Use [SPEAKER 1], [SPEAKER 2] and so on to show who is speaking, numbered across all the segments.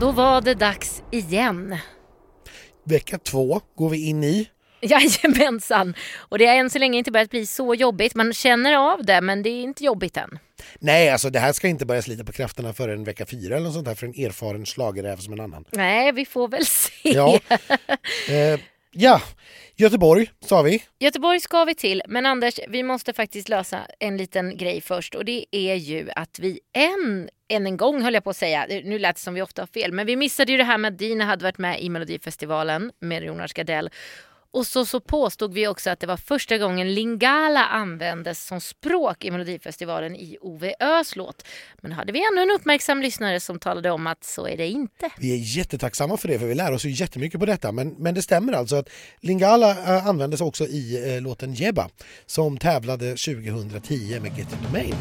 [SPEAKER 1] Då var det dags igen.
[SPEAKER 2] Vecka två går vi in i.
[SPEAKER 1] Jajamensan! Och det har än så länge inte börjat bli så jobbigt. Man känner av det, men det är inte jobbigt än.
[SPEAKER 2] Nej, alltså det här ska inte börja slita på krafterna förrän vecka fyra eller något sånt här för en erfaren schlagerräv som en annan.
[SPEAKER 1] Nej, vi får väl se.
[SPEAKER 2] Ja. eh, ja, Göteborg sa vi.
[SPEAKER 1] Göteborg ska vi till, men Anders, vi måste faktiskt lösa en liten grej först och det är ju att vi än, än en gång höll jag på att säga, nu lät det som vi ofta har fel, men vi missade ju det här med att Dina hade varit med i Melodifestivalen med Jonas Gardell och så, så påstod vi också att det var första gången lingala användes som språk i Melodifestivalen i Ove Ös låt. Men hade vi ännu en uppmärksam lyssnare som talade om att så är det inte.
[SPEAKER 2] Vi är jättetacksamma för det för vi lär oss ju jättemycket på detta men, men det stämmer alltså att Lingala eh, användes också i eh, låten Jebba som tävlade 2010 med Get It Domain.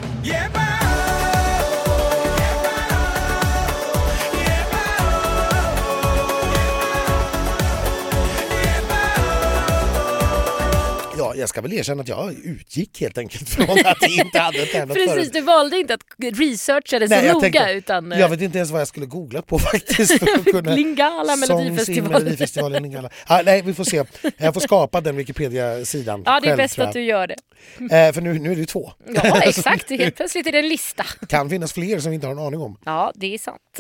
[SPEAKER 2] Ja, jag ska väl erkänna att jag utgick helt enkelt från att det inte hade tävlat förut.
[SPEAKER 1] Precis, du valde inte att researcha det så
[SPEAKER 2] Nej, jag
[SPEAKER 1] noga
[SPEAKER 2] tänkte-
[SPEAKER 1] utan... eh,
[SPEAKER 2] Jag vet inte ens vad jag skulle googlat på faktiskt. För att kunna...
[SPEAKER 1] Lingala
[SPEAKER 2] Songs in
[SPEAKER 1] Melodifestivalen.
[SPEAKER 2] Melodifestivalen Lingala. Ah, nej, vi får se. Jag får skapa den Wikipedia-sidan
[SPEAKER 1] Ja, det är
[SPEAKER 2] själv,
[SPEAKER 1] bäst
[SPEAKER 2] tror
[SPEAKER 1] att
[SPEAKER 2] jag.
[SPEAKER 1] du gör det.
[SPEAKER 2] Eh, för nu, nu är det ju två.
[SPEAKER 1] Ja, exakt. Helt plötsligt är det en lista.
[SPEAKER 2] kan finnas fler som vi inte har en aning om.
[SPEAKER 1] Ja, det är sant.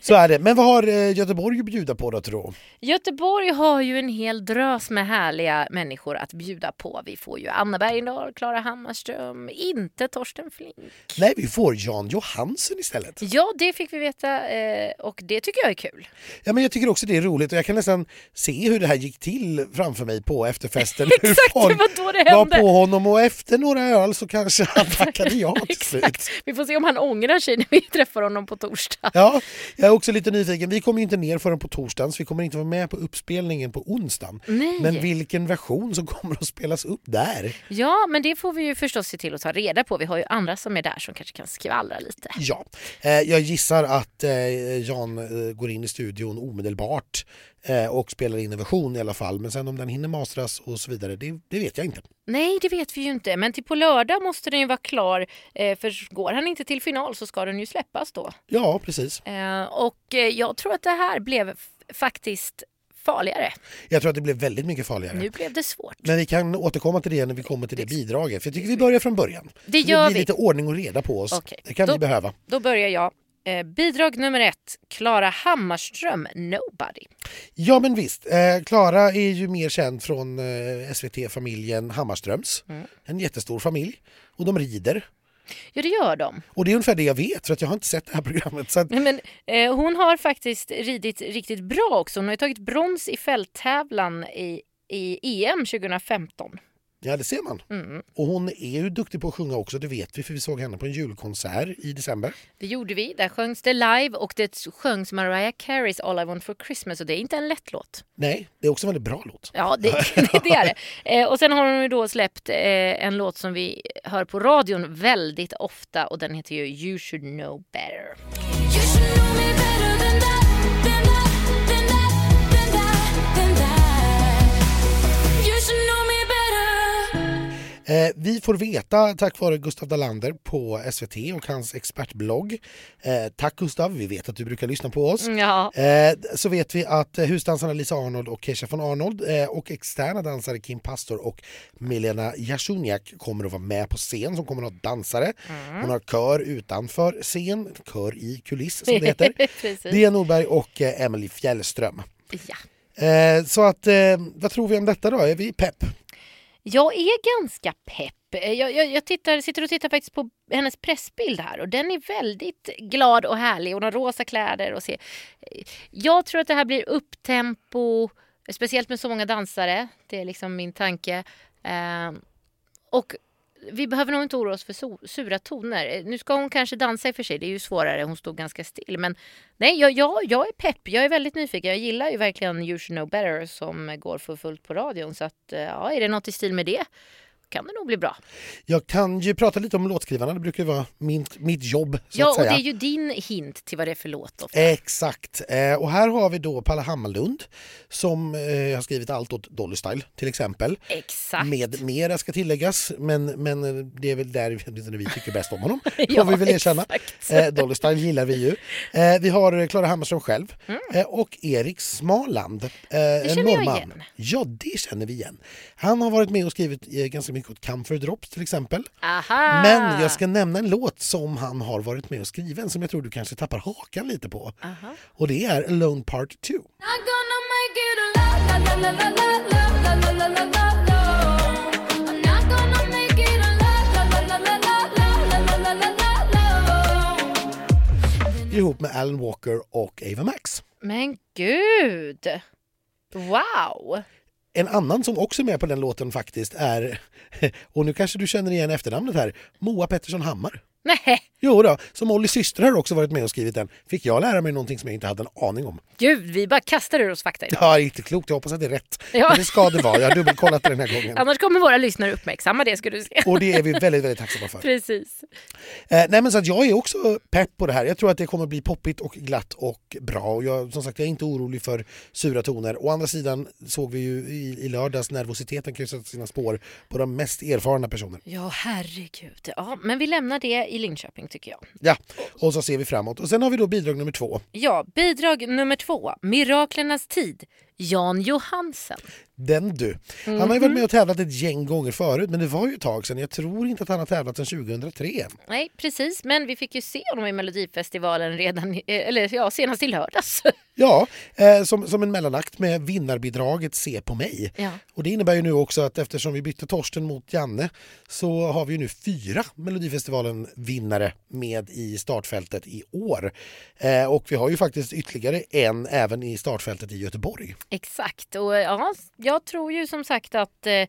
[SPEAKER 2] Så är det. Men vad har eh, Göteborg att bjuda på då tror
[SPEAKER 1] Göteborg har ju en hel drös med härliga människor att bjuda på. Vi får ju Anna Bergendahl, Klara Hammarström, inte Torsten Flink.
[SPEAKER 2] Nej, vi får Jan Johansen istället.
[SPEAKER 1] Ja, det fick vi veta eh, och det tycker jag är kul.
[SPEAKER 2] Ja, men jag tycker också det är roligt och jag kan nästan se hur det här gick till framför mig på efterfesten. Hur
[SPEAKER 1] Exakt, det
[SPEAKER 2] folk
[SPEAKER 1] var då det
[SPEAKER 2] var
[SPEAKER 1] hände.
[SPEAKER 2] på honom och efter några öl så kanske han tackade ja till slut.
[SPEAKER 1] Exakt. Vi får se om han ångrar sig när vi träffar honom på torsdag.
[SPEAKER 2] Ja, jag är också lite nyfiken. Vi kommer ju inte ner förrän på torsdagen så vi kommer inte vara med på uppspelningen på onsdagen.
[SPEAKER 1] Nej.
[SPEAKER 2] Men vilken version som kommer att spelas upp där?
[SPEAKER 1] Ja, men det får vi ju förstås se till att ta reda på. Vi har ju andra som är där som kanske kan skvallra lite.
[SPEAKER 2] Ja, eh, jag gissar att eh, Jan eh, går in i studion omedelbart eh, och spelar in en version i alla fall. Men sen om den hinner mastras och så vidare, det, det vet jag inte.
[SPEAKER 1] Nej, det vet vi ju inte. Men till på lördag måste den ju vara klar. Eh, för går han inte till final så ska den ju släppas då.
[SPEAKER 2] Ja, precis.
[SPEAKER 1] Eh, och eh, jag tror att det här blev f- faktiskt farligare.
[SPEAKER 2] Jag tror att det blev väldigt mycket farligare.
[SPEAKER 1] Nu blev det svårt.
[SPEAKER 2] Men vi kan återkomma till det när vi kommer till det bidraget. För jag tycker vi börjar från början.
[SPEAKER 1] Det
[SPEAKER 2] det
[SPEAKER 1] gör
[SPEAKER 2] blir
[SPEAKER 1] vi.
[SPEAKER 2] lite ordning och reda på oss.
[SPEAKER 1] Okej,
[SPEAKER 2] Det kan
[SPEAKER 1] då-
[SPEAKER 2] vi behöva.
[SPEAKER 1] Då börjar jag. Eh, bidrag nummer ett, Klara Hammarström, Nobody.
[SPEAKER 2] Ja men visst, Eh, Klara är ju mer känd från eh, SVT-familjen Hammarströms.
[SPEAKER 1] Mm.
[SPEAKER 2] En jättestor familj. Och de rider.
[SPEAKER 1] Ja, det gör de.
[SPEAKER 2] Och det är ungefär det jag vet för att jag har inte sett det här programmet. Så att,
[SPEAKER 1] Nej, Men, eh, hon har faktiskt ridit riktigt bra också. Hon har ju tagit brons i fälttävlan i, i EM 2015.
[SPEAKER 2] ja det ser man.
[SPEAKER 1] Mm.
[SPEAKER 2] Och hon är ju duktig på att sjunga också, det vet vi för vi såg henne på en julkonsert i december.
[SPEAKER 1] Det gjorde vi. Där sjöngs det live och det sjöngs Mariah Careys All I Want For Christmas och det är inte en lätt låt.
[SPEAKER 2] Nej, det är också en väldigt bra låt.
[SPEAKER 1] Ja, det, det, det är det. Eh, och sen har hon ju då släppt eh, en låt som vi hör på radion väldigt ofta och den heter ju You should know better.
[SPEAKER 3] You should know me better than that, than that, than that, than that, than that. You should know me better.
[SPEAKER 2] Eh, vi får veta tack vare Gustav Dalander på SVT och hans expertblogg. Eh, tack Gustav, vi vet att du brukar lyssna på oss.
[SPEAKER 1] Ja,
[SPEAKER 2] Eh, så vet vi att eh, husdansarna Lisa Arnold och Keisha von Arnold eh, och externa dansare Kim Pastor och Milena Jasuniak kommer att vara med på scen som kommer att ha dansare.
[SPEAKER 1] Mm.
[SPEAKER 2] Hon har kör utanför scen, kör i kuliss som det heter.
[SPEAKER 1] precis.
[SPEAKER 2] Bea Norberg och eh, Emily Fjällström.
[SPEAKER 1] Ja.
[SPEAKER 2] Eh, så att, eh, vad tror vi om detta då? Är vi pepp?
[SPEAKER 1] Jag är ganska pepp. Eh, Jag, jag, jag tittar, sitter och tittar faktiskt på hennes pressbild här och den är väldigt glad och härlig. Hon har rosa kläder och ser. eh, Jag tror att det här blir upptempo, speciellt med så många dansare. Det är liksom min tanke. Ehm, och vi behöver nog inte oroa oss för so- sura toner. Eh, Nu ska hon kanske dansa i och för sig, det är ju svårare. Hon stod ganska still. Men nej, jag, jag, jag är pepp. Jag är väldigt nyfiken. Jag gillar ju verkligen You should know better som går för fullt på radion. Så att, eh, ja, är det något i stil med det kan det nog bli bra.
[SPEAKER 2] Jag kan ju prata lite om låtskrivarna, det brukar ju vara min, mitt jobb så
[SPEAKER 1] ja,
[SPEAKER 2] att
[SPEAKER 1] och det
[SPEAKER 2] säga.
[SPEAKER 1] är ju din hint till vad det är för låt. Ofta.
[SPEAKER 2] Exakt. Eh, och här har vi då Palle Hammarlund som eh, har skrivit allt åt Dolly Style till exempel.
[SPEAKER 1] Exakt.
[SPEAKER 2] Med mera ska tilläggas, men, men eh, det är väl där åtminstone vi tycker bäst om honom.
[SPEAKER 1] Ja,
[SPEAKER 2] Får vi väl erkänna.
[SPEAKER 1] exakt.
[SPEAKER 2] Eh, Dolly Style gillar vi ju. Eh, vi har eh, Klara Hammarström själv eh, och Erik Smaland. Eh, det
[SPEAKER 1] Mm. känner jag igen.
[SPEAKER 2] Ja, det känner vi igen. Han har varit med och skrivit eh, ganska mycket åt Camphor Drops till exempel.
[SPEAKER 1] Aha!
[SPEAKER 2] Men jag ska nämna en låt som han har varit med och skriven som jag tror du kanske tappar hakan lite på. Och det är Alone Part 2.
[SPEAKER 3] Not gonna make you to love, la la la la la la la la la la la. I'm not gonna make you to love, la la la la la la la la la la la la.
[SPEAKER 2] Ihop med Alan Walker och Ava Max.
[SPEAKER 1] Men gud! Wow!
[SPEAKER 2] En annan som också är med på den låten faktiskt är, och nu kanske du känner igen efternamnet här, Moa Pettersson Hammar.
[SPEAKER 1] Nej,
[SPEAKER 2] Jo då, som Ollys syster har också varit med och skrivit den. Fick jag lära mig någonting som jag inte hade en aning om.
[SPEAKER 1] gud vi bara kastar ur oss fakta idag.
[SPEAKER 2] Ja, inte klokt. Jag hoppas att det är rätt.
[SPEAKER 1] Ja.
[SPEAKER 2] Men det ska det vara. Jag har dubbelkollat det den här gången.
[SPEAKER 1] Annars kommer våra lyssnare uppmärksamma det ska du se.
[SPEAKER 2] Och det är vi väldigt, väldigt tacksamma för.
[SPEAKER 1] Precis.
[SPEAKER 2] Eh, nej men så att jag är också pepp på det här. Jag tror att det kommer bli poppigt och glatt och bra. Och jag, som sagt, jag är inte orolig för sura toner. Å andra sidan såg vi ju i, i lördags nervositeten kan ju sätta sina spår på de mest erfarna personerna.
[SPEAKER 1] Ja, herregud. Ja, men vi lämnar det i Linköping tycker jag.
[SPEAKER 2] Ja, och så ser vi framåt. Och sen har vi då bidrag nummer två.
[SPEAKER 1] Ja, bidrag nummer två. Miraklernas tid. Jan Johansen.
[SPEAKER 2] Den du. Han har ju varit med och tävlat ett gäng gånger förut men det var ju ett tag sedan. Jag tror inte att han har tävlat sedan 2003.
[SPEAKER 1] Nej, precis. Men vi fick ju se honom i Melodifestivalen redan, i- eh, eller ja, senast i lördags.
[SPEAKER 2] Ja, eh, som, som en mellanakt med vinnarbidraget Se på mig.
[SPEAKER 1] Ja.
[SPEAKER 2] Och det innebär ju nu också att eftersom vi bytte Torsten mot Janne så har vi ju nu fyra Melodifestivalen-vinnare med i startfältet i år. Eh, och vi har ju faktiskt ytterligare en även i startfältet i Göteborg.
[SPEAKER 1] Exakt. Och eh, ja, jag tror ju som sagt att eh,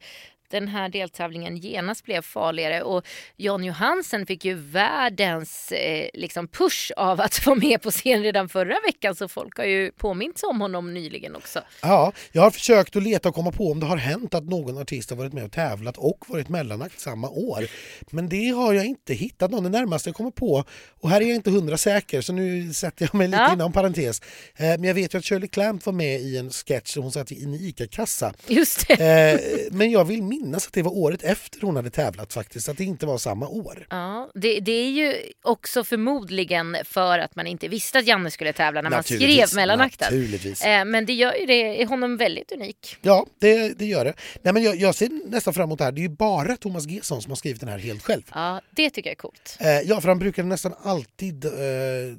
[SPEAKER 1] den här deltävlingen genast blev farligare och Jan Johansen fick ju världens eh, liksom push av att vara med på scen redan förra veckan så folk har ju påminnt om honom nyligen också.
[SPEAKER 2] Ja, jag har försökt att leta och komma på om det har hänt att någon artist har varit med och tävlat och varit mellanakt samma år. Men det har jag inte hittat någon. Det närmaste jag kommer på, och här är jag inte hundra säker så nu sätter jag mig lite
[SPEAKER 1] Ja.
[SPEAKER 2] inom parentes. Eh, men jag vet ju att Shirley Clamp var med i en sketch där hon satt i en ICA-kassa.
[SPEAKER 1] Just det.
[SPEAKER 2] Eh, men jag vill minnas att det var året efter hon hade tävlat faktiskt, att det inte var samma år.
[SPEAKER 1] Ja, det, det är ju också förmodligen för att man inte visste att Janne skulle tävla när man skrev
[SPEAKER 2] Naturligtvis,
[SPEAKER 1] mellanakten.
[SPEAKER 2] Naturligtvis.
[SPEAKER 1] Eh, Men det gör ju det, är honom väldigt unik.
[SPEAKER 2] Ja, det, det gör det. Nej, men jag, jag ser nästan fram emot det här. Det är ju bara Thomas Gesson som har skrivit den här helt själv.
[SPEAKER 1] Ja, det tycker jag är coolt.
[SPEAKER 2] Eh, ja, för han brukade nästan alltid eh,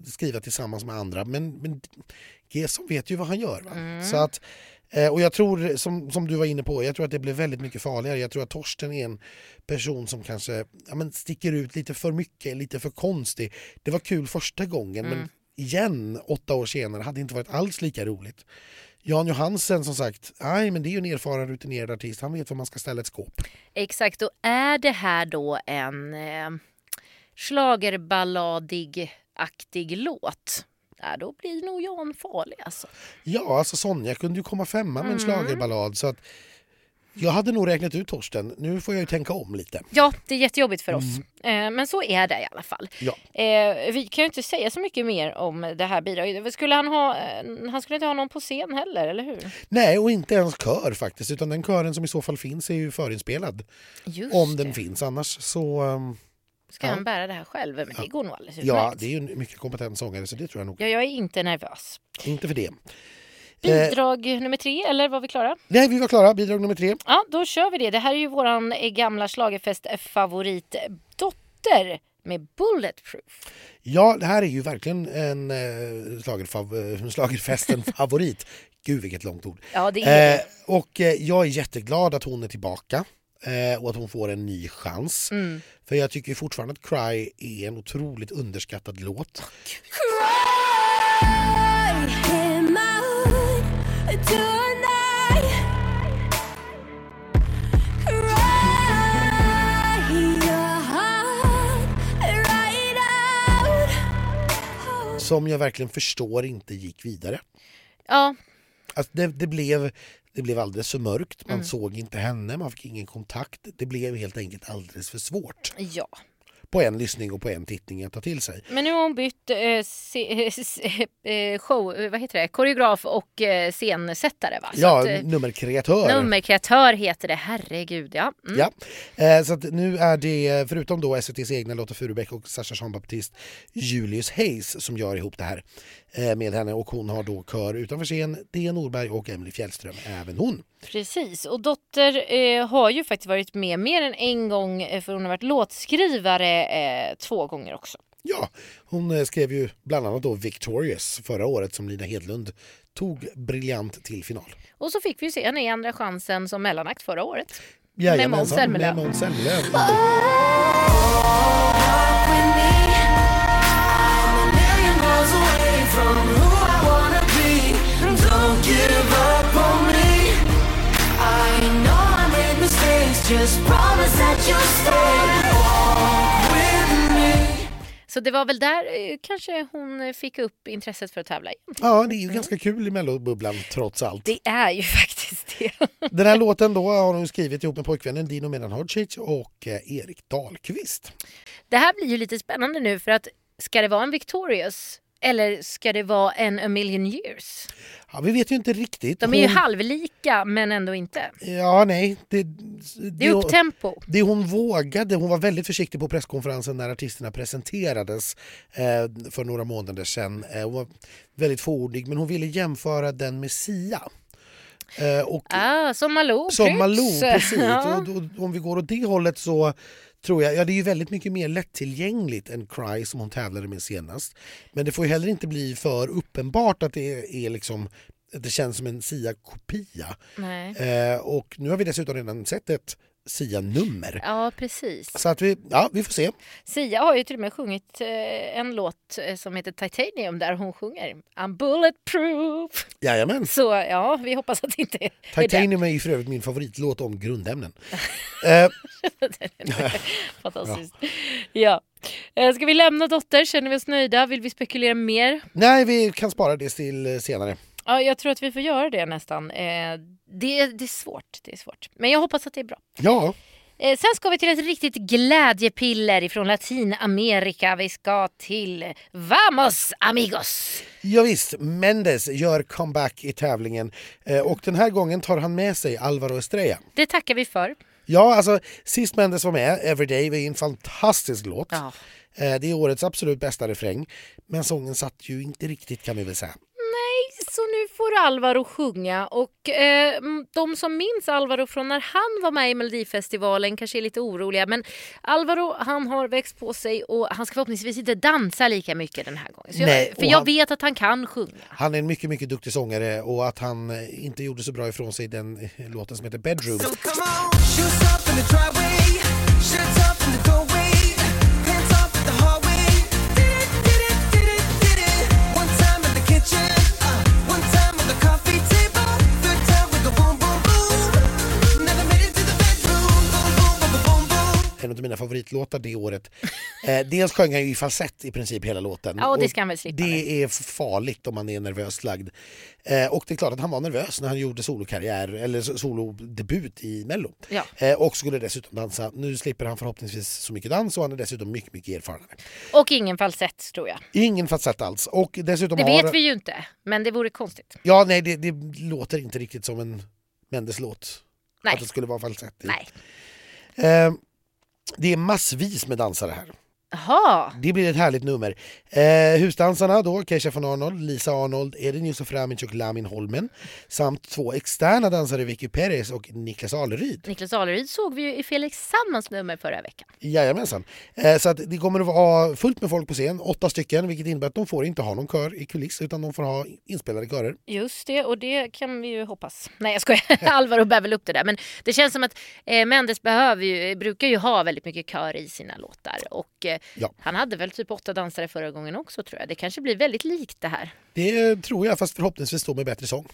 [SPEAKER 2] skriva tillsammans med andra. Men, men Gesson vet ju vad han gör. Va? Så att, eh, och jag tror, som, som du var inne på, jag tror att det blir väldigt mycket farligare. Jag tror att Torsten är en person som kanske ja, men sticker ut lite för mycket, lite för konstig. Det var kul första gången, men igen, åtta år senare, hade inte varit alls lika roligt. Jan Johansen som sagt, nej men det är ju en erfaren rutinerad artist, han vet var man ska ställa ett skåp.
[SPEAKER 1] Exakt, och är det här då en eh, schlagerballadig-aktig låt? Ja, då blir nog Jan farlig alltså.
[SPEAKER 2] Ja, alltså Sonja kunde ju komma femma
[SPEAKER 1] Mm.
[SPEAKER 2] med en schlagerballad så att jag hade nog räknat ut Torsten. Nu får jag ju tänka om lite.
[SPEAKER 1] Ja, det är jättejobbigt för oss. Eh, men så är det i alla fall.
[SPEAKER 2] Mm. Ja.
[SPEAKER 1] Eh, vi kan ju inte säga så mycket mer om det här bidraget. Skulle han, ha, eh, han skulle inte ha någon på scen heller, eller hur?
[SPEAKER 2] Nej, och inte ens kör faktiskt, utan den kören som i så fall finns är ju förinspelad.
[SPEAKER 1] Just
[SPEAKER 2] Om
[SPEAKER 1] det.
[SPEAKER 2] den finns, annars så... ehm,
[SPEAKER 1] Ska
[SPEAKER 2] Ja.
[SPEAKER 1] han bära det här själv? Men det går nog alldeles
[SPEAKER 2] ja,
[SPEAKER 1] utmärkt.
[SPEAKER 2] det är ju en mycket kompetent sångare så det tror jag nog.
[SPEAKER 1] Ja, jag är inte nervös.
[SPEAKER 2] Inte för det. Eh,
[SPEAKER 1] Bidrag nummer tre, eller var vi klara?
[SPEAKER 2] nej, vi var klara. Bidrag nummer tre.
[SPEAKER 1] Ja, då kör vi det. Det här är ju våran eh, gamla schlagerfest-favorit Dotter med Bulletproof.
[SPEAKER 2] Ja, det här är ju verkligen en eh, schlagerfav- eh, schlagerfesten-favorit. Gud, vilket långt ord.
[SPEAKER 1] Ja, det är
[SPEAKER 2] Eh, och eh, jag är jätteglad att hon är tillbaka eh, och att hon får en ny chans.
[SPEAKER 1] Mm.
[SPEAKER 2] För jag tycker fortfarande att Cry är en otroligt underskattad låt.
[SPEAKER 3] Cry in my hood tonight. Cry your heart right out.
[SPEAKER 2] Som jag verkligen förstår inte gick vidare.
[SPEAKER 1] Ja,
[SPEAKER 2] Alltså det, det blev Det blev alldeles för mörkt,
[SPEAKER 1] Mm.
[SPEAKER 2] man såg inte henne, man fick ingen kontakt. Det blev helt enkelt alldeles för svårt.
[SPEAKER 1] Ja.
[SPEAKER 2] På en lyssning och på en tittning att ta till sig.
[SPEAKER 1] Men nu har hon bytt eh, se, eh, show, eh, vad heter det? koreograf och eh, scensättare. Va? Så
[SPEAKER 2] Ja,
[SPEAKER 1] att, eh,
[SPEAKER 2] nummerkreatör.
[SPEAKER 1] nummerkreatör heter det, herregud ja. Mm.
[SPEAKER 2] Ja, eh, så att nu är det förutom då SVTs egna Lotta Furubäck och Sasha Jean Baptiste Julius Hayes som gör ihop det här eh, med henne och hon har då kör utanför scen, Thea Norberg och Emily Fjällström, även hon.
[SPEAKER 1] Precis, och Dotter eh, har ju faktiskt varit med mer än en gång eh, för hon har varit låtskrivare eh, två gånger också.
[SPEAKER 2] Ja, hon eh, skrev ju bland annat då Victorious förra året som Lina Hedlund tog briljant till final.
[SPEAKER 1] Och så fick vi ju se henne i Andra chansen som mellanakt förra året.
[SPEAKER 2] Jajamensan,
[SPEAKER 1] Måns Zelmerlöw.
[SPEAKER 2] Med Måns Zelmerlöw.
[SPEAKER 3] Just promise that you'll stay with me.
[SPEAKER 1] Så det var väl där eh, kanske hon eh, fick upp intresset för att tävla igen.
[SPEAKER 2] Ja, det är ju ganska kul i mellobubblan trots allt.
[SPEAKER 1] Det är ju faktiskt det.
[SPEAKER 2] Den här låten då har hon skrivit ihop med pojkvännen Dino Medan Hodzic och eh, Erik Dahlqvist.
[SPEAKER 1] Det här blir ju lite spännande nu för att ska det vara en Victorious eller ska det vara en A million years?
[SPEAKER 2] Ja, vi vet ju inte riktigt.
[SPEAKER 1] De är ju
[SPEAKER 2] Hon-
[SPEAKER 1] halvlika men ändå inte.
[SPEAKER 2] Ja, nej. Det,
[SPEAKER 1] Det är upptempo.
[SPEAKER 2] det hon vågade, hon var väldigt försiktig på presskonferensen när artisterna presenterades eh, för några månader sedan. Eh, hon var väldigt fåordig, men hon ville jämföra den med Sia. Eh, och
[SPEAKER 1] Ah, som Malou
[SPEAKER 2] som Malou,
[SPEAKER 1] Prytz.
[SPEAKER 2] precis.
[SPEAKER 1] Ja.
[SPEAKER 2] Och, då- om vi går åt det hållet så tror jag, ja det är ju väldigt mycket mer lättillgängligt än Cry som hon tävlade med senast. Men det får ju heller inte bli för uppenbart att det är liksom det känns som en Sia-kopia.
[SPEAKER 1] Nej.
[SPEAKER 2] Eh, och nu har vi dessutom redan sett ett Sia-nummer.
[SPEAKER 1] Ja, precis.
[SPEAKER 2] Så att vi, ja, vi får se.
[SPEAKER 1] Sia har ju till och med sjungit eh, en låt eh, som heter Titanium där hon sjunger I'm bulletproof.
[SPEAKER 2] Jajamän.
[SPEAKER 1] Så ja, vi hoppas att det inte är
[SPEAKER 2] Titanium är ju för övrigt min favoritlåt om grundämnen. Eh,
[SPEAKER 1] fantastiskt. Ja. Eh, Ska vi lämna Dotter? Känner vi oss nöjda? Vill vi spekulera mer?
[SPEAKER 2] nej, vi kan spara det till eh, senare.
[SPEAKER 1] Ja, jag tror att vi får göra det nästan. Eh, Det, det är svårt, det är svårt. Men jag hoppas att det är bra.
[SPEAKER 2] Ja,
[SPEAKER 1] Eh, Sen ska vi till ett riktigt glädjepiller från Latinamerika. Vi ska till Vamos amigos!
[SPEAKER 2] ja visst, Mendes gör comeback i tävlingen eh, och den här gången tar han med sig Alvaro Estrella.
[SPEAKER 1] Det tackar vi för.
[SPEAKER 2] Ja, alltså sist Mendes var med, Everyday, var ju en fantastisk låt.
[SPEAKER 1] Ja.
[SPEAKER 2] Eh, det är årets absolut bästa refräng, men sången satt ju inte riktigt kan vi väl säga.
[SPEAKER 1] Så nu får Alvaro sjunga och eh, m- de som minns Alvaro från när han var med i Melodifestivalen kanske är lite oroliga men Alvaro han har växt på sig och han ska förhoppningsvis inte dansa lika mycket den här gången. Så jag,
[SPEAKER 2] Nej,
[SPEAKER 1] för
[SPEAKER 2] och
[SPEAKER 1] jag
[SPEAKER 2] han-
[SPEAKER 1] vet att han kan sjunga.
[SPEAKER 2] Han är en mycket, mycket duktig sångare och att han eh, inte gjorde så bra ifrån sig i den eh, låten som heter Bedroom.
[SPEAKER 4] So come on, shoes off in the driveway, shirts off in the doorway, pants off in the hallway. Did it, did it, did it, did it. One time in the kitchen, uh, one time on the coffee table, third time with the boom, boom, boom. Never made it to the bedroom, boom, boom, boom, boom, boom.
[SPEAKER 2] En av mina favoritlåtar det året. Eh, dels sjöng han ju i falsett i princip hela låten.
[SPEAKER 1] Ja, och det ska han väl slippa
[SPEAKER 2] Det är farligt om man är nervöst lagd. Eh, och det är klart att han var nervös när han gjorde solokarriär, eller so- solodebut i Mello.
[SPEAKER 1] Ja.
[SPEAKER 2] Eh, och skulle dessutom dansa. Nu slipper han förhoppningsvis så mycket dans och han är dessutom mycket, mycket erfarenare.
[SPEAKER 1] Och ingen falsett tror jag.
[SPEAKER 2] Ingen falsett alls. Och dessutom
[SPEAKER 1] Det
[SPEAKER 2] har...
[SPEAKER 1] vet vi ju inte men det vore konstigt.
[SPEAKER 2] Ja, nej, det, det låter inte riktigt som en Mendes-låt.
[SPEAKER 1] Nej.
[SPEAKER 2] Att det skulle vara falsett. i.
[SPEAKER 1] Nej.
[SPEAKER 2] Eh, det är massvis med dansare här.
[SPEAKER 1] Jaha.
[SPEAKER 2] Det blir ett härligt nummer. Eh, husdansarna då, Keisha von Arnold, Lisa Arnold, Edin Jusuframic och Lamin Holmen samt två externa dansare, Vicky Perez och Niklas Aleryd.
[SPEAKER 1] Niklas Aleryd såg vi ju i Felix Sandmans nummer förra veckan.
[SPEAKER 2] Jajamensan. Eh, så att det kommer att vara fullt med folk på scen, åtta stycken, vilket innebär att de får inte ha någon kör i kuliss utan de får ha inspelade körer.
[SPEAKER 1] Just det, och det kan vi ju hoppas. Nej jag skojar, Alvaro bär väl upp det där. Men det känns som att eh, Mendes behöver ju, brukar ju ha väldigt mycket kör i sina låtar. Och eh,
[SPEAKER 2] Ja.
[SPEAKER 1] han hade väl typ åtta dansare förra gången också tror jag. Det kanske blir väldigt likt det här.
[SPEAKER 2] Det tror jag, fast förhoppningsvis då med bättre sång.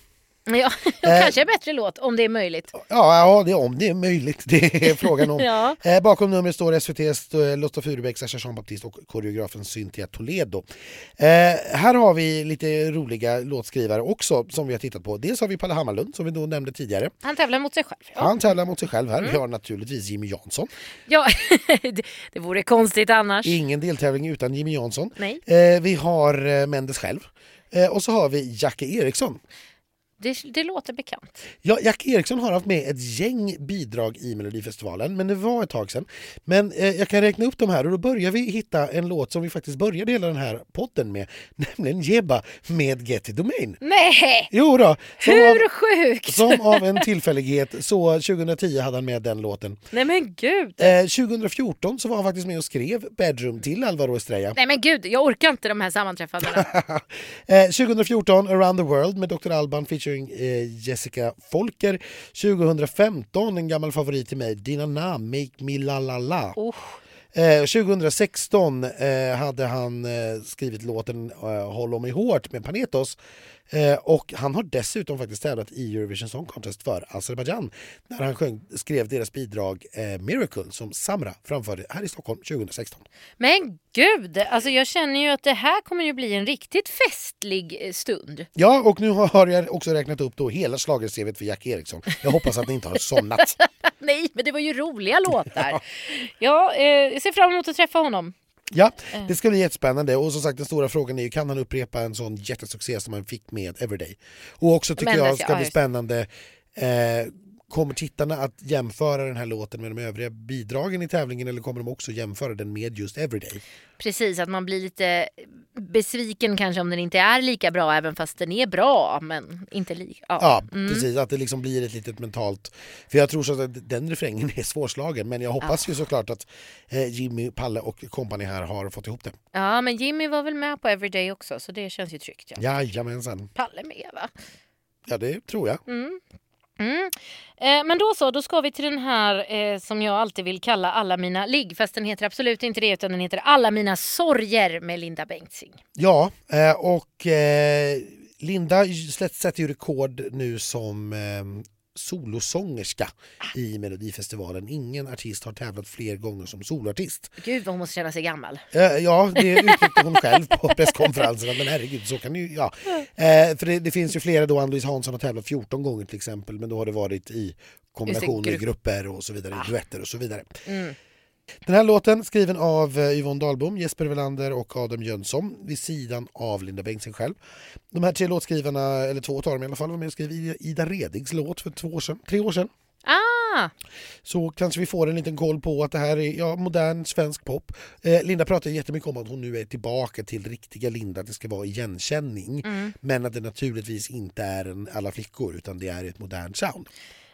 [SPEAKER 1] Ja, kanske en bättre låt om det är möjligt.
[SPEAKER 2] Ja, ja det är om det är möjligt. Det är frågan om.
[SPEAKER 1] Ja.
[SPEAKER 2] Eh, bakom numret står SVTs eh, Lotta Furubäck, Sasha Jean Baptiste och koreografen Cynthia Toledo. Eh, här har vi lite roliga låtskrivare också som vi har tittat på. Dels har vi Palle Hammarlund som vi då nämnde tidigare.
[SPEAKER 1] Han tävlar mot sig själv. Ja, Mm.
[SPEAKER 2] Han tävlar mot sig själv här. Vi har naturligtvis Jimmy Jansson.
[SPEAKER 1] ja det, det vore konstigt annars.
[SPEAKER 2] Ingen deltävling utan Jimmy Jansson.
[SPEAKER 1] Nej.
[SPEAKER 2] Eh, vi har eh, Mendes själv. Eh, och så har vi Jackie Eriksson.
[SPEAKER 1] Det, det låter bekant.
[SPEAKER 2] Ja, Jack Eriksson har haft med ett gäng bidrag i Melodifestivalen, men det var ett tag sedan. Men eh, jag kan räkna upp de här och då börjar vi hitta en låt som vi faktiskt började hela den här podden med, nämligen Jebba med Get It Domain.
[SPEAKER 1] Nej,
[SPEAKER 2] Jo då, som
[SPEAKER 1] hur
[SPEAKER 2] av,
[SPEAKER 1] sjukt?
[SPEAKER 2] som av en tillfällighet så 2010 hade han med den låten.
[SPEAKER 1] Nej men gud.
[SPEAKER 2] Eh, 2014 så var han faktiskt med och skrev Bedroom till Alvaro Estrella.
[SPEAKER 1] Nej men gud, jag orkar inte de här sammanträffandena.
[SPEAKER 2] Eh, 2014 Around the World med Dr. Alban featuring eh, Jessica Folker. 2015 en gammal favorit till mig, Dina namn, Make Me La La La.
[SPEAKER 1] Oh.
[SPEAKER 2] Eh, 2016 eh, hade han eh, skrivit låten eh, Håll om mig hårt med Panetos. Eh, och han har dessutom faktiskt tävlat i Eurovision Song Contest för Azerbaijan när han sjöng, skrev deras bidrag eh, Miracle som Samra framförde här i Stockholm 2016.
[SPEAKER 1] Men gud, alltså jag känner ju att det här kommer ju bli en riktigt festlig eh, stund.
[SPEAKER 2] Ja, och nu har jag också räknat upp då hela schlager för Jack Eriksson. Jag hoppas att ni inte har somnat.
[SPEAKER 1] Nej, men det var ju roliga låtar. Ja, eh, jag ser fram emot att träffa honom.
[SPEAKER 2] Ja, det ska bli jättespännande. Och som sagt, den stora frågan är ju kan han upprepa en sån jättesuccé som han fick med Everyday? Och också tycker
[SPEAKER 1] Men,
[SPEAKER 2] jag
[SPEAKER 1] alltså,
[SPEAKER 2] ska
[SPEAKER 1] ja,
[SPEAKER 2] bli
[SPEAKER 1] just.
[SPEAKER 2] spännande eh, Kommer tittarna att jämföra den här låten med de övriga bidragen i tävlingen eller kommer de också jämföra den med just Everyday?
[SPEAKER 1] Precis, att man blir lite besviken kanske om den inte är lika bra, även fast den är bra, men inte lika. Ja.
[SPEAKER 2] Ja, precis. Att det liksom blir ett litet mentalt... För jag tror så att den refrängen är svårslagen men jag hoppas ju såklart att eh, Jimmy, Palle och kompani här har fått ihop det.
[SPEAKER 1] ja, men Jimmy var väl med på Everyday också, så det känns ju tryggt. Ja.
[SPEAKER 2] Jajamensan.
[SPEAKER 1] Palle med va?
[SPEAKER 2] Ja, det tror jag.
[SPEAKER 1] Mm. Eh, men då så, då ska vi till den här eh, som jag alltid vill kalla Alla mina ligg. Fast den heter absolut inte det utan den heter Alla mina sorger med Linda Bengtzing.
[SPEAKER 2] Ja, eh, och eh, Linda slä- sätter ju rekord nu som eh, solosångerska i Melodifestivalen. Ingen artist har tävlat fler gånger som soloartist.
[SPEAKER 1] Gud vad hon måste känna sig gammal.
[SPEAKER 2] Eh, ja, det uttryckte hon själv på presskonferenserna, men herregud, så kan det ju... Ja. Eh, för det, det finns ju flera då, Ann-Louise Hansson har tävlat 14 gånger till exempel, men då har det varit i kombination med
[SPEAKER 1] grupp.
[SPEAKER 2] grupper och så vidare, duetter och så vidare. Den här låten skriven av eh, Yvonne Dahlbom, Jesper Welander och Adam Jönsson vid sidan av Linda Bengtzing själv. De här tre låtskrivarna, eller två utav dem i alla fall, var med och skrev I- Ida Redigs låt för två år sedan, tre år sedan.
[SPEAKER 1] Ah,
[SPEAKER 2] Så kanske vi får en liten koll på att det här är ja, modern svensk pop. Eh, Linda pratar jättemycket om att hon nu är tillbaka till riktiga Linda, att det ska vara igenkänning. Men att det naturligtvis inte är en alla flickor utan det är ett modernt sound.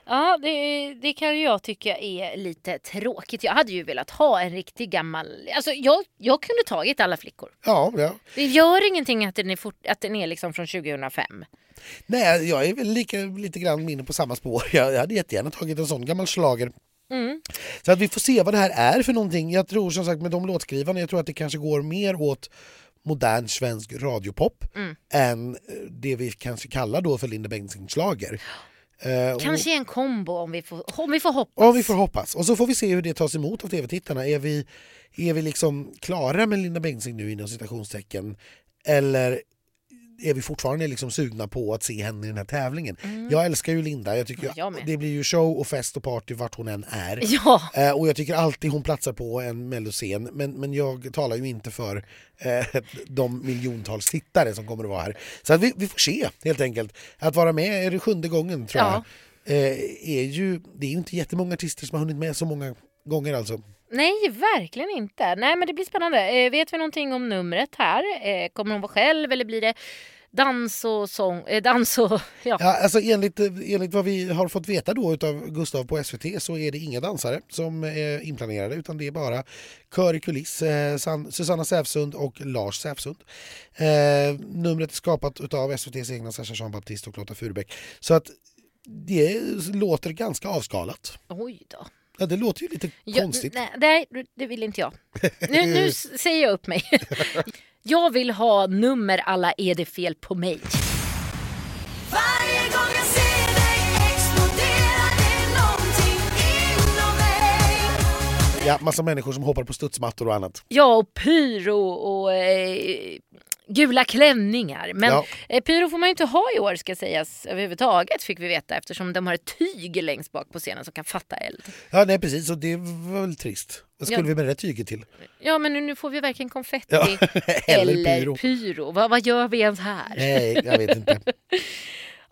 [SPEAKER 1] ja det, det kan ju jag tycka är lite tråkigt. Jag hade ju velat ha en riktig gammal, alltså jag, jag kunde tagit alla flickor.
[SPEAKER 2] Ja, ja.
[SPEAKER 1] Det gör ingenting att den är, fort, att den är liksom från 2005.
[SPEAKER 2] Nej, jag är väl lika, lite grann inne på samma spår. Jag, jag hade jättegärna tagit en sån gammal slager. Så att vi får se vad det här är för någonting. Jag tror som sagt med de låtskrivarna, jag tror att det kanske går mer åt modern svensk radiopop än eh, det vi kanske kallar då för Linda Bengtzing-schlager. Eh, och-
[SPEAKER 1] Kanske en kombo om vi får, om vi får hoppas.
[SPEAKER 2] Ja, vi får hoppas. Och så får vi se hur det tas emot av tv-tittarna. Är vi, är vi liksom klara med Linda Bengtzing nu inom citationstecken? Eller är vi fortfarande liksom sugna på att se henne i den här tävlingen? Jag älskar ju Linda. Jag tycker
[SPEAKER 1] Mm. Jag med.
[SPEAKER 2] det blir ju show och fest och party vart hon än är.
[SPEAKER 1] Ja,
[SPEAKER 2] Eh, och jag tycker alltid hon platsar på en melloscen. Men, men jag talar ju inte för eh, de miljontals tittare som kommer att vara här. Så att vi, vi får se helt enkelt. Att vara med är det sjunde gången tror
[SPEAKER 1] Ja.
[SPEAKER 2] jag. Eh, är ju, det är ju inte jättemånga artister som har hunnit med så många gånger alltså.
[SPEAKER 1] nej verkligen inte. Nej men det blir spännande. Eh, vet vi någonting om numret här? Eh, kommer hon vara själv eller blir det dans och sång? Eh, dans och... Ja.
[SPEAKER 2] Ja, alltså enligt, enligt vad vi har fått veta då utav Gustav på SVT så är det inga dansare som eh, är inplanerade utan det är bara kör i kuliss, eh, San, Susanna Säfsund och Lars Säfsund. Eh, numret är skapat utav SVTs egna Sasha Jean Baptiste och Lotta Furbeck. Så att det låter ganska avskalat.
[SPEAKER 1] Oj då.
[SPEAKER 2] Ja, det låter ju lite
[SPEAKER 1] Jag-
[SPEAKER 2] konstigt.
[SPEAKER 1] Nej, nej, det vill inte jag. Nu, nu s- säger jag upp mig. Jag vill ha nummer alla är det fel på mig.
[SPEAKER 3] Varje gång jag
[SPEAKER 2] Ja, massa människor som hoppar på studsmattor och annat.
[SPEAKER 1] Ja, och pyro och eh, gula klänningar. Men
[SPEAKER 2] Ja.
[SPEAKER 1] eh, pyro får man ju inte ha i år ska sägas överhuvudtaget fick vi veta eftersom de har ett tyg längst bak på scenen som kan fatta eld.
[SPEAKER 2] Ja, nej precis. Och det var väl trist. Vad skulle
[SPEAKER 1] Ja.
[SPEAKER 2] vi med det tyget till?
[SPEAKER 1] Ja, men nu, nu får vi varken konfetti
[SPEAKER 2] Ja,
[SPEAKER 1] eller,
[SPEAKER 2] eller
[SPEAKER 1] pyro.
[SPEAKER 2] pyro.
[SPEAKER 1] Vad, vad gör vi ens här?
[SPEAKER 2] Nej, jag vet inte.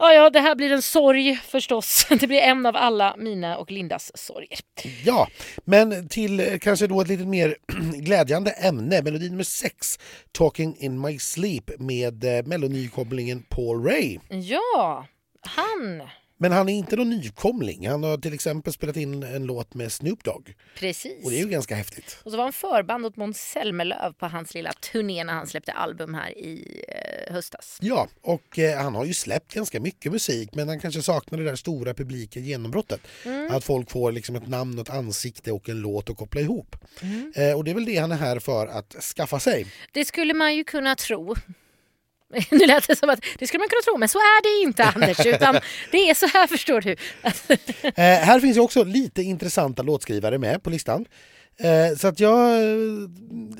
[SPEAKER 1] Ja, ja, det här blir en sorg förstås. Det blir en av alla mina och Lindas sorger.
[SPEAKER 2] Ja, men till eh, kanske då ett lite mer glädjande ämne. Melodi nummer 6, Talking in my sleep med eh, mellonykomlingen Paul Ray.
[SPEAKER 1] Ja, han.
[SPEAKER 2] Men han är inte någon nykomling. Han har till exempel spelat in en låt med Snoop Dogg.
[SPEAKER 1] Precis.
[SPEAKER 2] Och det är ju ganska häftigt.
[SPEAKER 1] Och så var han förband åt Måns Zelmerlöw på hans lilla turné när han släppte album här i eh, höstas.
[SPEAKER 2] Ja, och eh, han har ju släppt ganska mycket musik men han kanske saknar det där stora publika genombrottet. Att folk får liksom ett namn, och ett ansikte och en låt att koppla ihop. Eh, och det är väl det han är här för att skaffa sig.
[SPEAKER 1] Det skulle man ju kunna tro. Nu lät det som att det skulle man kunna tro, men så är det inte Anders. Utan det är så här förstår du.
[SPEAKER 2] Eh, här finns ju också lite intressanta låtskrivare med på listan. Eh, så att jag, eh,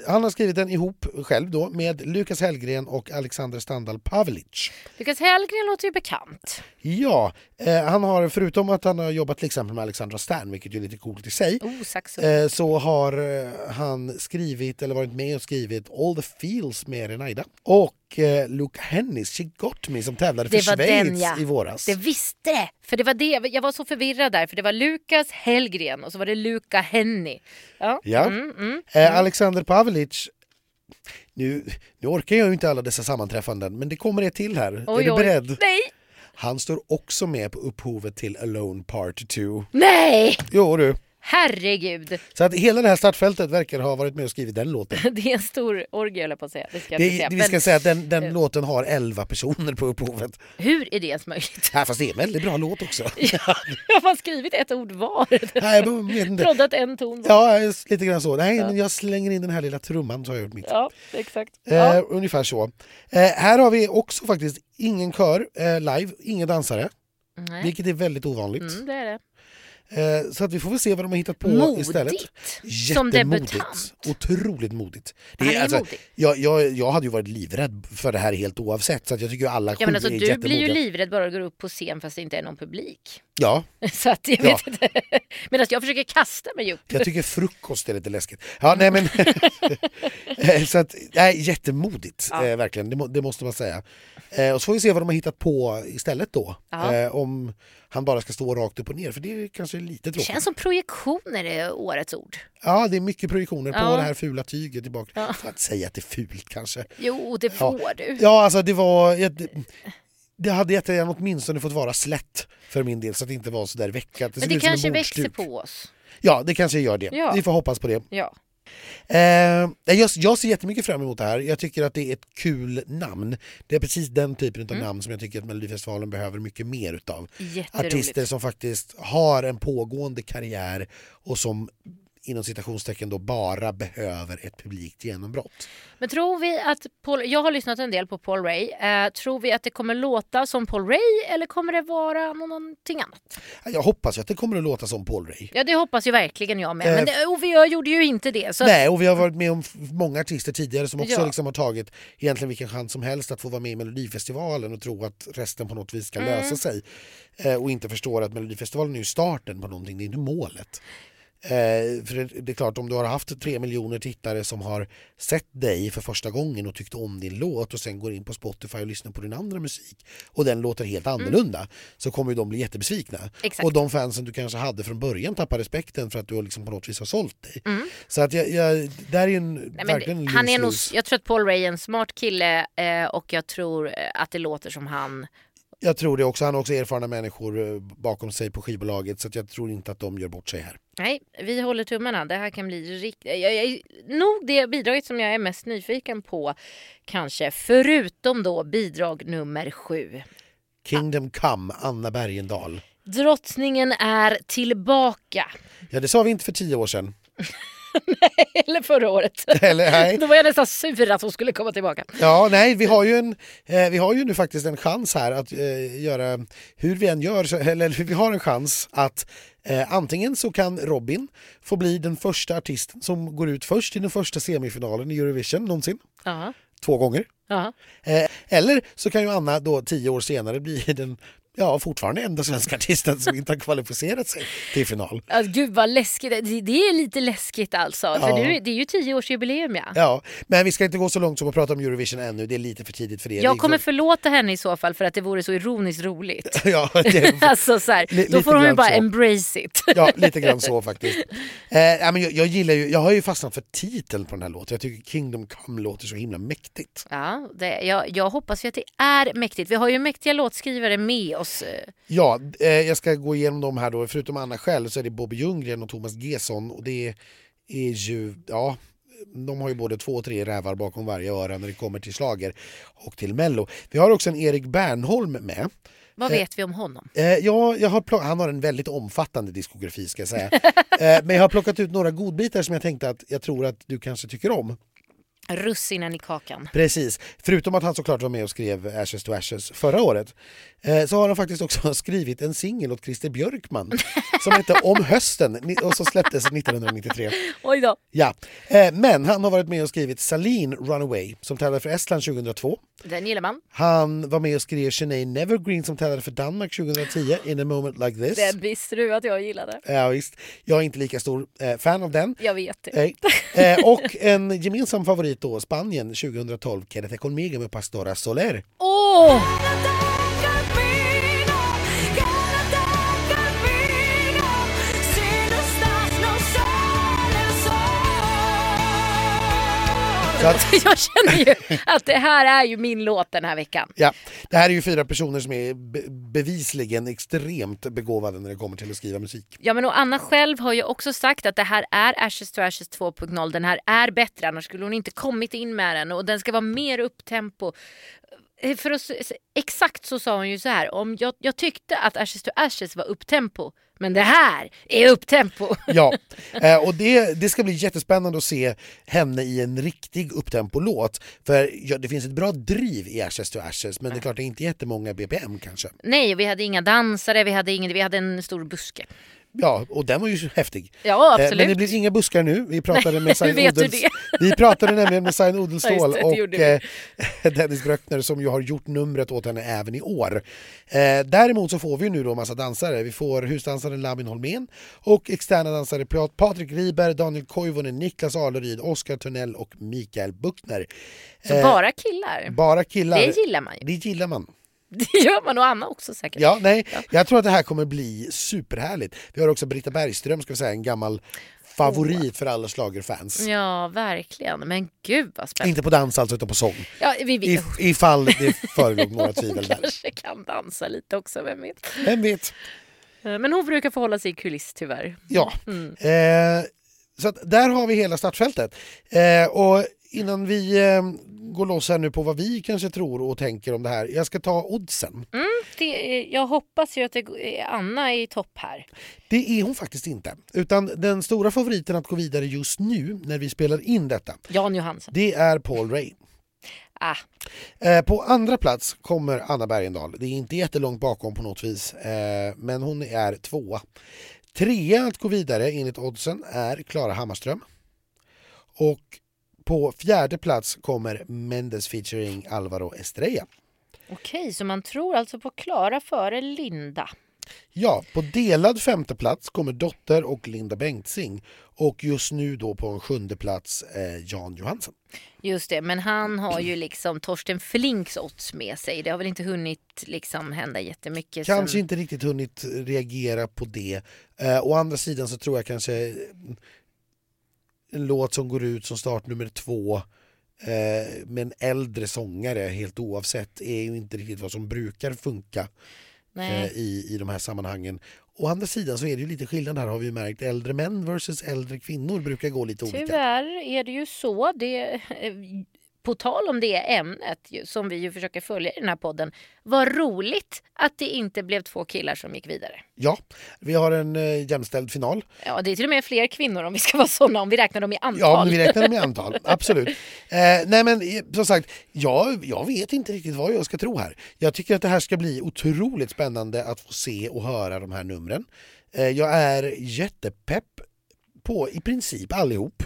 [SPEAKER 2] han har skrivit den ihop själv då med Lukas Hellgren och Alexander Standal Pavlic.
[SPEAKER 1] Lukas Hellgren låter ju bekant.
[SPEAKER 2] Ja, eh, han har förutom att han har jobbat till exempel med Alexandra Stern, vilket ju är lite coolt i sig,
[SPEAKER 1] Oh, saxo.
[SPEAKER 2] Eh, så har eh, han skrivit eller varit med och skrivit All the feels med Renaida och eh, Luke Hennis She got me som tävlade för
[SPEAKER 1] Det var
[SPEAKER 2] Schweiz
[SPEAKER 1] den ja.
[SPEAKER 2] i våras.
[SPEAKER 1] Det visste det! För det var det. Jag var så förvirrad där, för det var Lukas Hellgren och så var det Luka Henny. Ja.
[SPEAKER 2] Ja.
[SPEAKER 1] Mm, mm.
[SPEAKER 2] Eh, Alexander Pavlic nu, nu orkar jag ju inte alla dessa sammanträffanden, men det kommer ett till här.
[SPEAKER 1] Oj,
[SPEAKER 2] är
[SPEAKER 1] oj.
[SPEAKER 2] du beredd?
[SPEAKER 1] Nej!
[SPEAKER 2] Han står också med på upphovet till Alone Part 2.
[SPEAKER 1] Nej!
[SPEAKER 2] Jo du.
[SPEAKER 1] Herregud!
[SPEAKER 2] Så att hela det här startfältet verkar ha varit med och skrivit den låten.
[SPEAKER 1] Det är en stor orgie höll jag på att säga. Det ska jag inte
[SPEAKER 2] Det,
[SPEAKER 1] säga.
[SPEAKER 2] vi
[SPEAKER 1] Men
[SPEAKER 2] ska säga att den, den låten har 11 personer på upphovet.
[SPEAKER 1] Hur är det ens möjligt?
[SPEAKER 2] Ja, fast det är en väldigt bra låt också.
[SPEAKER 1] Jag har skrivit ett ord var.
[SPEAKER 2] Nej, men jag vet inte.
[SPEAKER 1] Proddat en ton var.
[SPEAKER 2] Ja, just lite grann så. Nej, men jag slänger in den här lilla trumman så har jag gjort mitt.
[SPEAKER 1] Ja, exakt.
[SPEAKER 2] Eh,
[SPEAKER 1] Ja.
[SPEAKER 2] ungefär så. Eh, här har vi också faktiskt ingen kör eh, live, ingen dansare,
[SPEAKER 1] Nej.
[SPEAKER 2] vilket är väldigt ovanligt.
[SPEAKER 1] Mm, det är det.
[SPEAKER 2] Eh, så att vi får väl se vad de har hittat på istället.
[SPEAKER 1] Modigt! Som
[SPEAKER 2] Jättemodigt.
[SPEAKER 1] debutant.
[SPEAKER 2] Otroligt modigt. alltså,
[SPEAKER 1] Han är modig.
[SPEAKER 2] jag, jag, jag hade ju varit livrädd för det här helt oavsett så att jag tycker ju alla
[SPEAKER 1] Ja, men alltså,
[SPEAKER 2] sju är
[SPEAKER 1] du blir ju
[SPEAKER 2] jättemodiga.
[SPEAKER 1] livrädd bara du går upp på scen fast det inte är någon publik.
[SPEAKER 2] Ja,
[SPEAKER 1] Så att jag
[SPEAKER 2] Ja.
[SPEAKER 1] vet inte. Medan jag försöker kasta mig upp.
[SPEAKER 2] jag tycker frukost är lite läskigt. Ja, nej, men, Eh, så att, nej, jättemodigt,
[SPEAKER 1] Ja.
[SPEAKER 2] eh, verkligen. Det, må- det måste man säga. Eh, och så får vi se vad de har hittat på istället då.
[SPEAKER 1] Ja.
[SPEAKER 2] Eh, om han bara ska stå rakt upp och ner, för det är kanske lite
[SPEAKER 1] Det
[SPEAKER 2] tråkigt.
[SPEAKER 1] känns som projektioner är årets ord.
[SPEAKER 2] Ja, det är mycket projektioner på
[SPEAKER 1] Ja.
[SPEAKER 2] det här fula tyget tillbaka. För att säga att det är fult kanske.
[SPEAKER 1] Jo, det får du.
[SPEAKER 2] Ja, alltså det var... Jag, det, det hade jättegärna åtminstone fått vara slätt för min del så att det inte var så där veckat.
[SPEAKER 1] Men
[SPEAKER 2] såg
[SPEAKER 1] det
[SPEAKER 2] ut som en
[SPEAKER 1] kanske växer
[SPEAKER 2] bordsduk.
[SPEAKER 1] på oss.
[SPEAKER 2] Ja, det kanske gör det.
[SPEAKER 1] Ja.
[SPEAKER 2] Vi får hoppas på det.
[SPEAKER 1] Ja.
[SPEAKER 2] Eh, jag, jag ser jättemycket fram emot det här. Jag tycker att det är ett kul namn. Det är precis den typen
[SPEAKER 1] Mm.
[SPEAKER 2] av namn som jag tycker att Melodifestivalen behöver mycket mer utav.
[SPEAKER 1] Jätteroligt.
[SPEAKER 2] Artister som faktiskt har en pågående karriär och som inom citationstecken då bara behöver ett publikt genombrott.
[SPEAKER 1] Men tror vi att Paul, jag har lyssnat en del på Paul Ray. Eh, tror vi att det kommer låta som Paul Ray eller kommer det vara nå- någonting annat?
[SPEAKER 2] Jag hoppas ju att det kommer att låta som Paul Ray.
[SPEAKER 1] Ja, det hoppas ju verkligen jag med.
[SPEAKER 2] Eh,
[SPEAKER 1] Men det- Ove Ö gjorde ju inte det. Så att-
[SPEAKER 2] Nej, och vi har varit med om f- många artister tidigare som också
[SPEAKER 1] Ja.
[SPEAKER 2] liksom har tagit egentligen vilken chans som helst att få vara med i Melodifestivalen och tro att resten på något vis ska
[SPEAKER 1] Mm.
[SPEAKER 2] lösa sig. Eh, och inte förstår att Melodifestivalen är ju starten på någonting, det är inte målet. Eh, för det, det är klart, om du har haft tre miljoner tittare som har sett dig för första gången och tyckt om din låt och sen går in på Spotify och lyssnar på din andra musik och den låter helt
[SPEAKER 1] Mm.
[SPEAKER 2] annorlunda så kommer ju de bli jättebesvikna.
[SPEAKER 1] Exakt.
[SPEAKER 2] Och de fansen du kanske hade från början tappar respekten för att du liksom på något vis har sålt dig. Så att jag, jag, där är ju en,
[SPEAKER 1] Mm. Nej, men
[SPEAKER 2] verkligen en
[SPEAKER 1] han är nog,
[SPEAKER 2] lose-lose.
[SPEAKER 1] jag tror att Paul Ray är en smart kille eh, och jag tror eh, att det låter som han.
[SPEAKER 2] Jag tror det också. Han har också erfarna människor eh, bakom sig på skivbolaget så att jag tror inte att de gör bort sig här.
[SPEAKER 1] Nej, vi håller tummarna. Det här kan bli riktigt... Jag, jag, är nog det bidraget som jag är mest nyfiken på kanske. Förutom då bidrag nummer sju.
[SPEAKER 2] Kingdom come, Anna Bergendahl.
[SPEAKER 1] Drottningen är tillbaka.
[SPEAKER 2] Ja, det sa vi inte för tio år sedan.
[SPEAKER 1] Eller förra året.
[SPEAKER 2] Eller nej.
[SPEAKER 1] Då var jag nästan sur att hon skulle komma tillbaka.
[SPEAKER 2] Ja, nej, vi har ju, en, eh, vi har ju nu faktiskt en chans här att eh, göra, hur vi än gör, så, eller vi har en chans att Eh, antingen så kan Robin få bli den första artisten som går ut först i den första semifinalen i Eurovision någonsin.
[SPEAKER 1] Ja.
[SPEAKER 2] Två gånger.
[SPEAKER 1] Ja.
[SPEAKER 2] Eh, eller så kan ju Anna då tio år senare bli den Ja, fortfarande enda svenska artisten som inte har kvalificerat sig till final.
[SPEAKER 1] Alltså, gud vad läskigt. Det, det är lite läskigt alltså. För
[SPEAKER 2] Ja.
[SPEAKER 1] nu, är- det är ju tioårsjubileum ja.
[SPEAKER 2] Ja, men vi ska inte gå så långt som att prata om Eurovision ännu, det är lite för tidigt för det.
[SPEAKER 1] Jag kommer
[SPEAKER 2] det
[SPEAKER 1] förlåta henne i så fall för att det vore så ironiskt roligt.
[SPEAKER 2] är, ja, det,
[SPEAKER 1] Alltså så
[SPEAKER 2] Li-
[SPEAKER 1] här, då
[SPEAKER 2] lite
[SPEAKER 1] får hon ju
[SPEAKER 2] grann
[SPEAKER 1] bara
[SPEAKER 2] så.
[SPEAKER 1] embrace it.
[SPEAKER 2] ja, lite grann så faktiskt. Eh, ja, men jag, jag gillar ju, jag har ju fastnat för titeln på den här låten, jag tycker Kingdom Come låter så himla mäktigt.
[SPEAKER 1] Ja, det, jag, jag hoppas ju att det är mäktigt. Vi har ju mäktiga låtskrivare med oss. eh.
[SPEAKER 2] Ja, eh, jag ska gå igenom dem här då. Förutom Anna själv så är det Bobby Ljunggren och Thomas Gesson. Och det är ju, ja, de har ju både två och tre rävar bakom varje öra när det kommer till slager och till Mello. Vi har också en Erik Bernholm med.
[SPEAKER 1] Vad vet vi om honom?
[SPEAKER 2] Eh, ja, jag har plock- han har en väldigt omfattande diskografi ska jag säga. eh, men jag har plockat ut några godbitar som jag tänkte att jag tror att du kanske tycker om.
[SPEAKER 1] Russinen i kakan.
[SPEAKER 2] Precis. Förutom att han såklart var med och skrev Ashes to Ashes förra året eh, så har han faktiskt också skrivit en singel åt Christer Björkman som hette Om hösten ni- och som släpptes 1993.
[SPEAKER 1] Oj då.
[SPEAKER 2] Ja. Eh, men han har varit med och skrivit Saline Runaway som tävlade för Estland 2002.
[SPEAKER 1] Den gillar man.
[SPEAKER 2] Han var med och skrev Sinead Nevergreen som tävlade för Danmark 2010 In a moment like this.
[SPEAKER 1] Den visste du att jag gillade.
[SPEAKER 2] Ja, visst. Jag är inte lika stor eh, fan av den.
[SPEAKER 1] Jag vet det.
[SPEAKER 2] Nej. Eh, och en gemensam favorit då, Spanien 2012, Quédate conmigo med Pastora Soler.
[SPEAKER 1] Åh!
[SPEAKER 2] Så att,
[SPEAKER 1] Jag känner ju att det här är ju min låt den här veckan.
[SPEAKER 2] ja. Det här är ju fyra personer som är be- bevisligen extremt begåvade när det kommer till att skriva musik.
[SPEAKER 1] Ja men och Anna själv har ju också sagt att det här är Ashes to Ashes 2.0. Den här är bättre annars skulle hon inte kommit in med den och den ska vara mer upptempo. Eh, För oss, exakt så sa hon ju så här. Om jag, jag tyckte att Ashes to Ashes var upptempo men det här är upptempo.
[SPEAKER 2] Ja, eh, och det, det ska bli jättespännande att se henne i en riktig upptempo-låt. För ja, det finns ett bra driv i Ashes to Ashes, men det är klart det är inte jättemånga BPM kanske.
[SPEAKER 1] Nej, vi hade inga dansare, vi hade, ingen, vi hade en stor buske.
[SPEAKER 2] Ja, och den var ju häftig.
[SPEAKER 1] Ja,
[SPEAKER 2] Eh,
[SPEAKER 1] absolut.
[SPEAKER 2] Men det blir inga buskar nu. Vi pratade med Sain
[SPEAKER 1] vet du
[SPEAKER 2] Odels...
[SPEAKER 1] det?
[SPEAKER 2] Vi pratade nämligen med Sain Odelstål
[SPEAKER 1] Ja, just det, det
[SPEAKER 2] och
[SPEAKER 1] gjorde
[SPEAKER 2] eh, Dennis Bröckner som ju har gjort numret åt henne även i år. Eh, däremot så får vi ju nu då massa dansare. Vi får husdansaren Lamin Holmén och externa dansare Pat- Patrik Riberg, Daniel Koivunen, Niklas Aleryd, Oskar Törnell och Mikael Buckner.
[SPEAKER 1] Så
[SPEAKER 2] Eh,
[SPEAKER 1] bara killar.
[SPEAKER 2] Bara killar.
[SPEAKER 1] Det gillar man ju.
[SPEAKER 2] Det gillar man.
[SPEAKER 1] Det gör man och Anna också säkert.
[SPEAKER 2] Ja, nej, jag tror att det här kommer bli superhärligt. Vi har också Britta Bergström, ska vi säga, en gammal favorit för alla schlagerfans.
[SPEAKER 1] Ja, verkligen. Men gud vad spännande.
[SPEAKER 2] Inte på dans alltså, utan på sång.
[SPEAKER 1] Ja, vi vet.
[SPEAKER 2] If, ifall det förelåg några
[SPEAKER 1] Hon
[SPEAKER 2] tvivel där.
[SPEAKER 1] kanske kan dansa lite också, vem vet. Eh,
[SPEAKER 2] Vem vet?
[SPEAKER 1] Men hon brukar få hålla sig i kuliss tyvärr.
[SPEAKER 2] Ja. Eh, så att där har vi hela startfältet. Eh, och innan vi eh, går loss här nu på vad vi kanske tror och tänker om det här. Jag ska ta oddsen.
[SPEAKER 1] Det, eh, jag hoppas ju att det, eh, Anna är i topp här.
[SPEAKER 2] Det är hon faktiskt inte. Utan den stora favoriten att gå vidare just nu när vi spelar in detta,
[SPEAKER 1] Jan Johansson.
[SPEAKER 2] det är Paul Ray.
[SPEAKER 1] Ah,
[SPEAKER 2] Eh, på andra plats kommer Anna Bergendahl. Det är inte jättelångt bakom på något vis, eh, men hon är tvåa. Trea att gå vidare enligt oddsen är Klara Hammarström. Och på fjärde plats kommer Mendes featuring Alvaro Estrella.
[SPEAKER 1] Okej, så man tror alltså på Klara före Linda.
[SPEAKER 2] Ja, på delad femte plats kommer Dotter och Linda Bengtzing. Och just nu då på en sjunde plats eh, Jan Johansson.
[SPEAKER 1] Just det, men han har ju liksom Torsten Flinks odds med sig. Det har väl inte hunnit liksom hända jättemycket. sen-
[SPEAKER 2] Kanske inte riktigt hunnit reagera på det. Eh, å andra sidan så tror jag kanske en låt som går ut som startnummer två eh, med en äldre sångare helt oavsett är ju inte riktigt vad som brukar funka eh,
[SPEAKER 1] Nej.
[SPEAKER 2] i, i de här sammanhangen. Å andra sidan så är det ju lite skillnad här har vi ju märkt. Äldre män versus äldre kvinnor brukar gå lite olika.
[SPEAKER 1] Tyvärr är det ju så. Det, eh, på tal om det ämnet ju, som vi ju försöker följa i den här podden. Vad roligt att det inte blev två killar som gick vidare.
[SPEAKER 2] Ja, vi har en eh, jämställd final.
[SPEAKER 1] Ja, det är till och med fler kvinnor om vi ska vara såna, om vi räknar dem i antal.
[SPEAKER 2] Ja, men vi räknar dem i antal. Absolut. Eh, nej, men eh, som sagt, jag, jag vet inte riktigt vad jag ska tro här. Jag tycker att det här ska bli otroligt spännande att få se och höra de här numren. Eh, Jag är jättepepp på i princip allihop.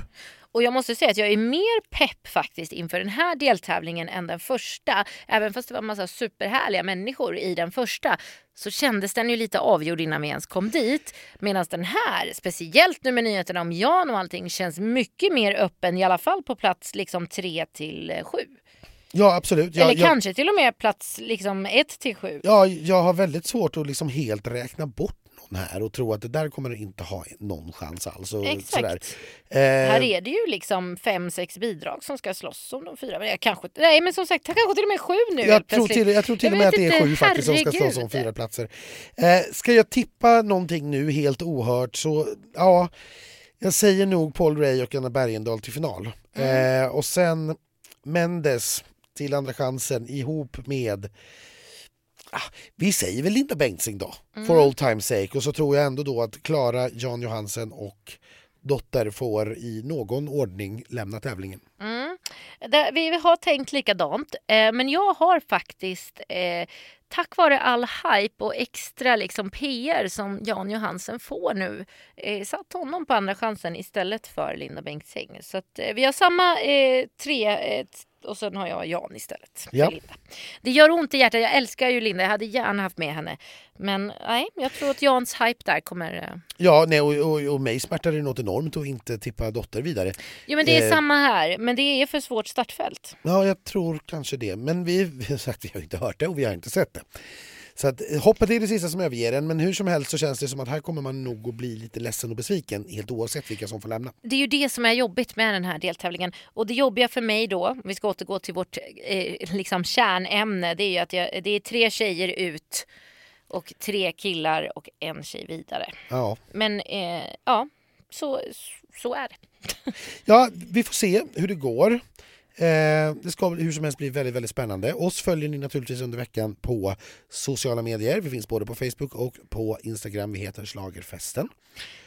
[SPEAKER 1] Och jag måste säga att jag är mer pepp faktiskt inför den här deltävlingen än den första. Även fast det var en massa superhärliga människor i den första så kändes den ju lite avgjord innan vi ens kom dit. Medan den här, speciellt nu med nyheterna om Jan och allting, känns mycket mer öppen i alla fall på plats liksom 3 till 7.
[SPEAKER 2] Ja absolut. Jag,
[SPEAKER 1] Eller
[SPEAKER 2] jag,
[SPEAKER 1] kanske till och med plats liksom 1 till 7.
[SPEAKER 2] ja, jag har väldigt svårt att liksom helt räkna bort någon här och tro att det där kommer inte ha någon chans alls. Och
[SPEAKER 1] Exakt.
[SPEAKER 2] Sådär.
[SPEAKER 1] Här
[SPEAKER 2] Eh,
[SPEAKER 1] är det ju liksom fem, sex bidrag som ska slåss om de fyra. Men jag kanske, nej men som sagt, kanske till och med sju nu helt
[SPEAKER 2] jag, tror
[SPEAKER 1] plötsligt.
[SPEAKER 2] till, jag tror till och
[SPEAKER 1] Jag
[SPEAKER 2] med att
[SPEAKER 1] vet
[SPEAKER 2] det är
[SPEAKER 1] inte,
[SPEAKER 2] sju faktiskt som ska
[SPEAKER 1] herregud.
[SPEAKER 2] slåss om fyra platser. Eh, ska jag tippa någonting nu helt ohört så ja, jag säger nog Paul Ray och Anna Bergendahl till final.
[SPEAKER 1] Mm.
[SPEAKER 2] Eh, och sen Mendes till Andra chansen ihop med ah, vi säger väl Linda Bengtzing då,
[SPEAKER 1] Mm.
[SPEAKER 2] for old times sake. Och så tror jag ändå då att Klara, Jan Johansen och Dotter får i någon ordning lämna tävlingen.
[SPEAKER 1] Mm. Där, vi vi har tänkt likadant, eh, men jag har faktiskt eh, tack vare all hype och extra liksom, PR som Jan Johansen får nu eh, satt honom på Andra chansen istället för Linda Bengtzing. Så att, eh, vi har samma eh, tre eh, t- och sen har jag Jan istället. för
[SPEAKER 2] Ja.
[SPEAKER 1] Linda. Det gör ont i hjärtat. Jag älskar ju Linda. Jag hade gärna haft med henne. Men nej, jag tror att Jans hype där kommer... Eh,
[SPEAKER 2] Ja, nej, och, och, och mig smärtar det något enormt att inte tippa Dotter vidare.
[SPEAKER 1] jo, men det är
[SPEAKER 2] Eh.
[SPEAKER 1] samma här. Men det är för svårt startfält.
[SPEAKER 2] Ja, jag tror kanske det. Men vi, vi har sagt, vi har inte hört det och vi har inte sett det. Så att, eh, hoppet är det sista som överger en, men hur som helst så känns det som att här kommer man nog att bli lite ledsen och besviken helt oavsett vilka som får lämna.
[SPEAKER 1] det är ju det som är jobbigt med den här deltävlingen. Och det jobbiga för mig då, om vi ska återgå till vårt eh, liksom kärnämne, det är ju att jag, det är tre tjejer ut och tre killar och en tjej vidare.
[SPEAKER 2] Ja.
[SPEAKER 1] Men eh, ja, så, så är det.
[SPEAKER 2] ja, vi får se hur det går. Eh, det ska hur som helst bli väldigt, väldigt spännande. Oss följer ni naturligtvis under veckan på sociala medier. Vi finns både på Facebook och på Instagram. Vi heter Slagerfesten.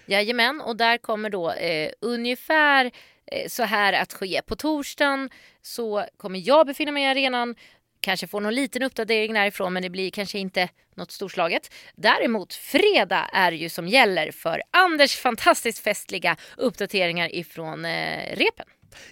[SPEAKER 1] Jajamän, och där kommer då eh, ungefär eh, så här att ske. På torsdagen så kommer jag befinna mig i arenan. Kanske får någon liten uppdatering därifrån men det blir kanske inte något storslaget. Däremot fredag är ju som gäller för Anders fantastiskt festliga uppdateringar ifrån eh, repen.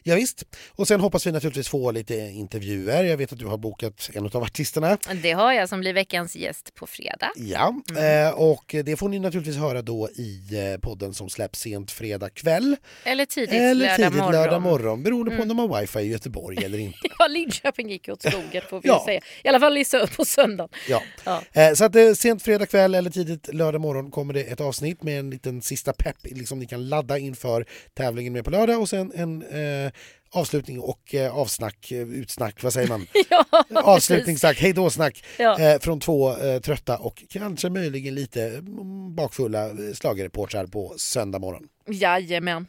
[SPEAKER 2] Ja, visst. Och sen hoppas vi naturligtvis få lite intervjuer. Jag vet att du har bokat en av artisterna.
[SPEAKER 1] Det har jag som blir veckans gäst på fredag.
[SPEAKER 2] Ja,
[SPEAKER 1] Mm.
[SPEAKER 2] eh, och det får ni naturligtvis höra då i eh, podden som släpps sent fredag kväll
[SPEAKER 1] Eller tidigt,
[SPEAKER 2] eller
[SPEAKER 1] lördag,
[SPEAKER 2] tidigt
[SPEAKER 1] morgon. Mm.
[SPEAKER 2] lördag morgon beroende på om de har wifi i Göteborg eller inte.
[SPEAKER 1] Ja, Linköping gick ju åt skogen får vi
[SPEAKER 2] Ja.
[SPEAKER 1] säga. I alla fall i sö- på söndagen.
[SPEAKER 2] Ja.
[SPEAKER 1] Ja.
[SPEAKER 2] Eh, Så att eh, sent fredag kväll eller tidigt lördag morgon kommer det ett avsnitt med en liten sista pepp liksom ni kan ladda inför tävlingen med på lördag och sen en eh, avslutning och eh, avsnack, eh, utsnack, vad säger man?
[SPEAKER 1] Ja, precis.
[SPEAKER 2] Avslutningssnack, hej då snack
[SPEAKER 1] Ja.
[SPEAKER 2] eh, från två eh, trötta och kanske möjligen lite mm, bakfulla eh, schlagerreportrar på söndag morgon.
[SPEAKER 1] Jajamän.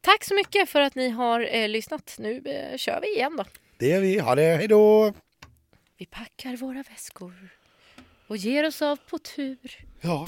[SPEAKER 1] Tack så mycket för att ni har eh, lyssnat. Nu eh, kör vi igen då.
[SPEAKER 2] Det gör vi. Ha det. Hej då!
[SPEAKER 1] Vi packar våra väskor och ger oss av på tur.
[SPEAKER 2] Ja.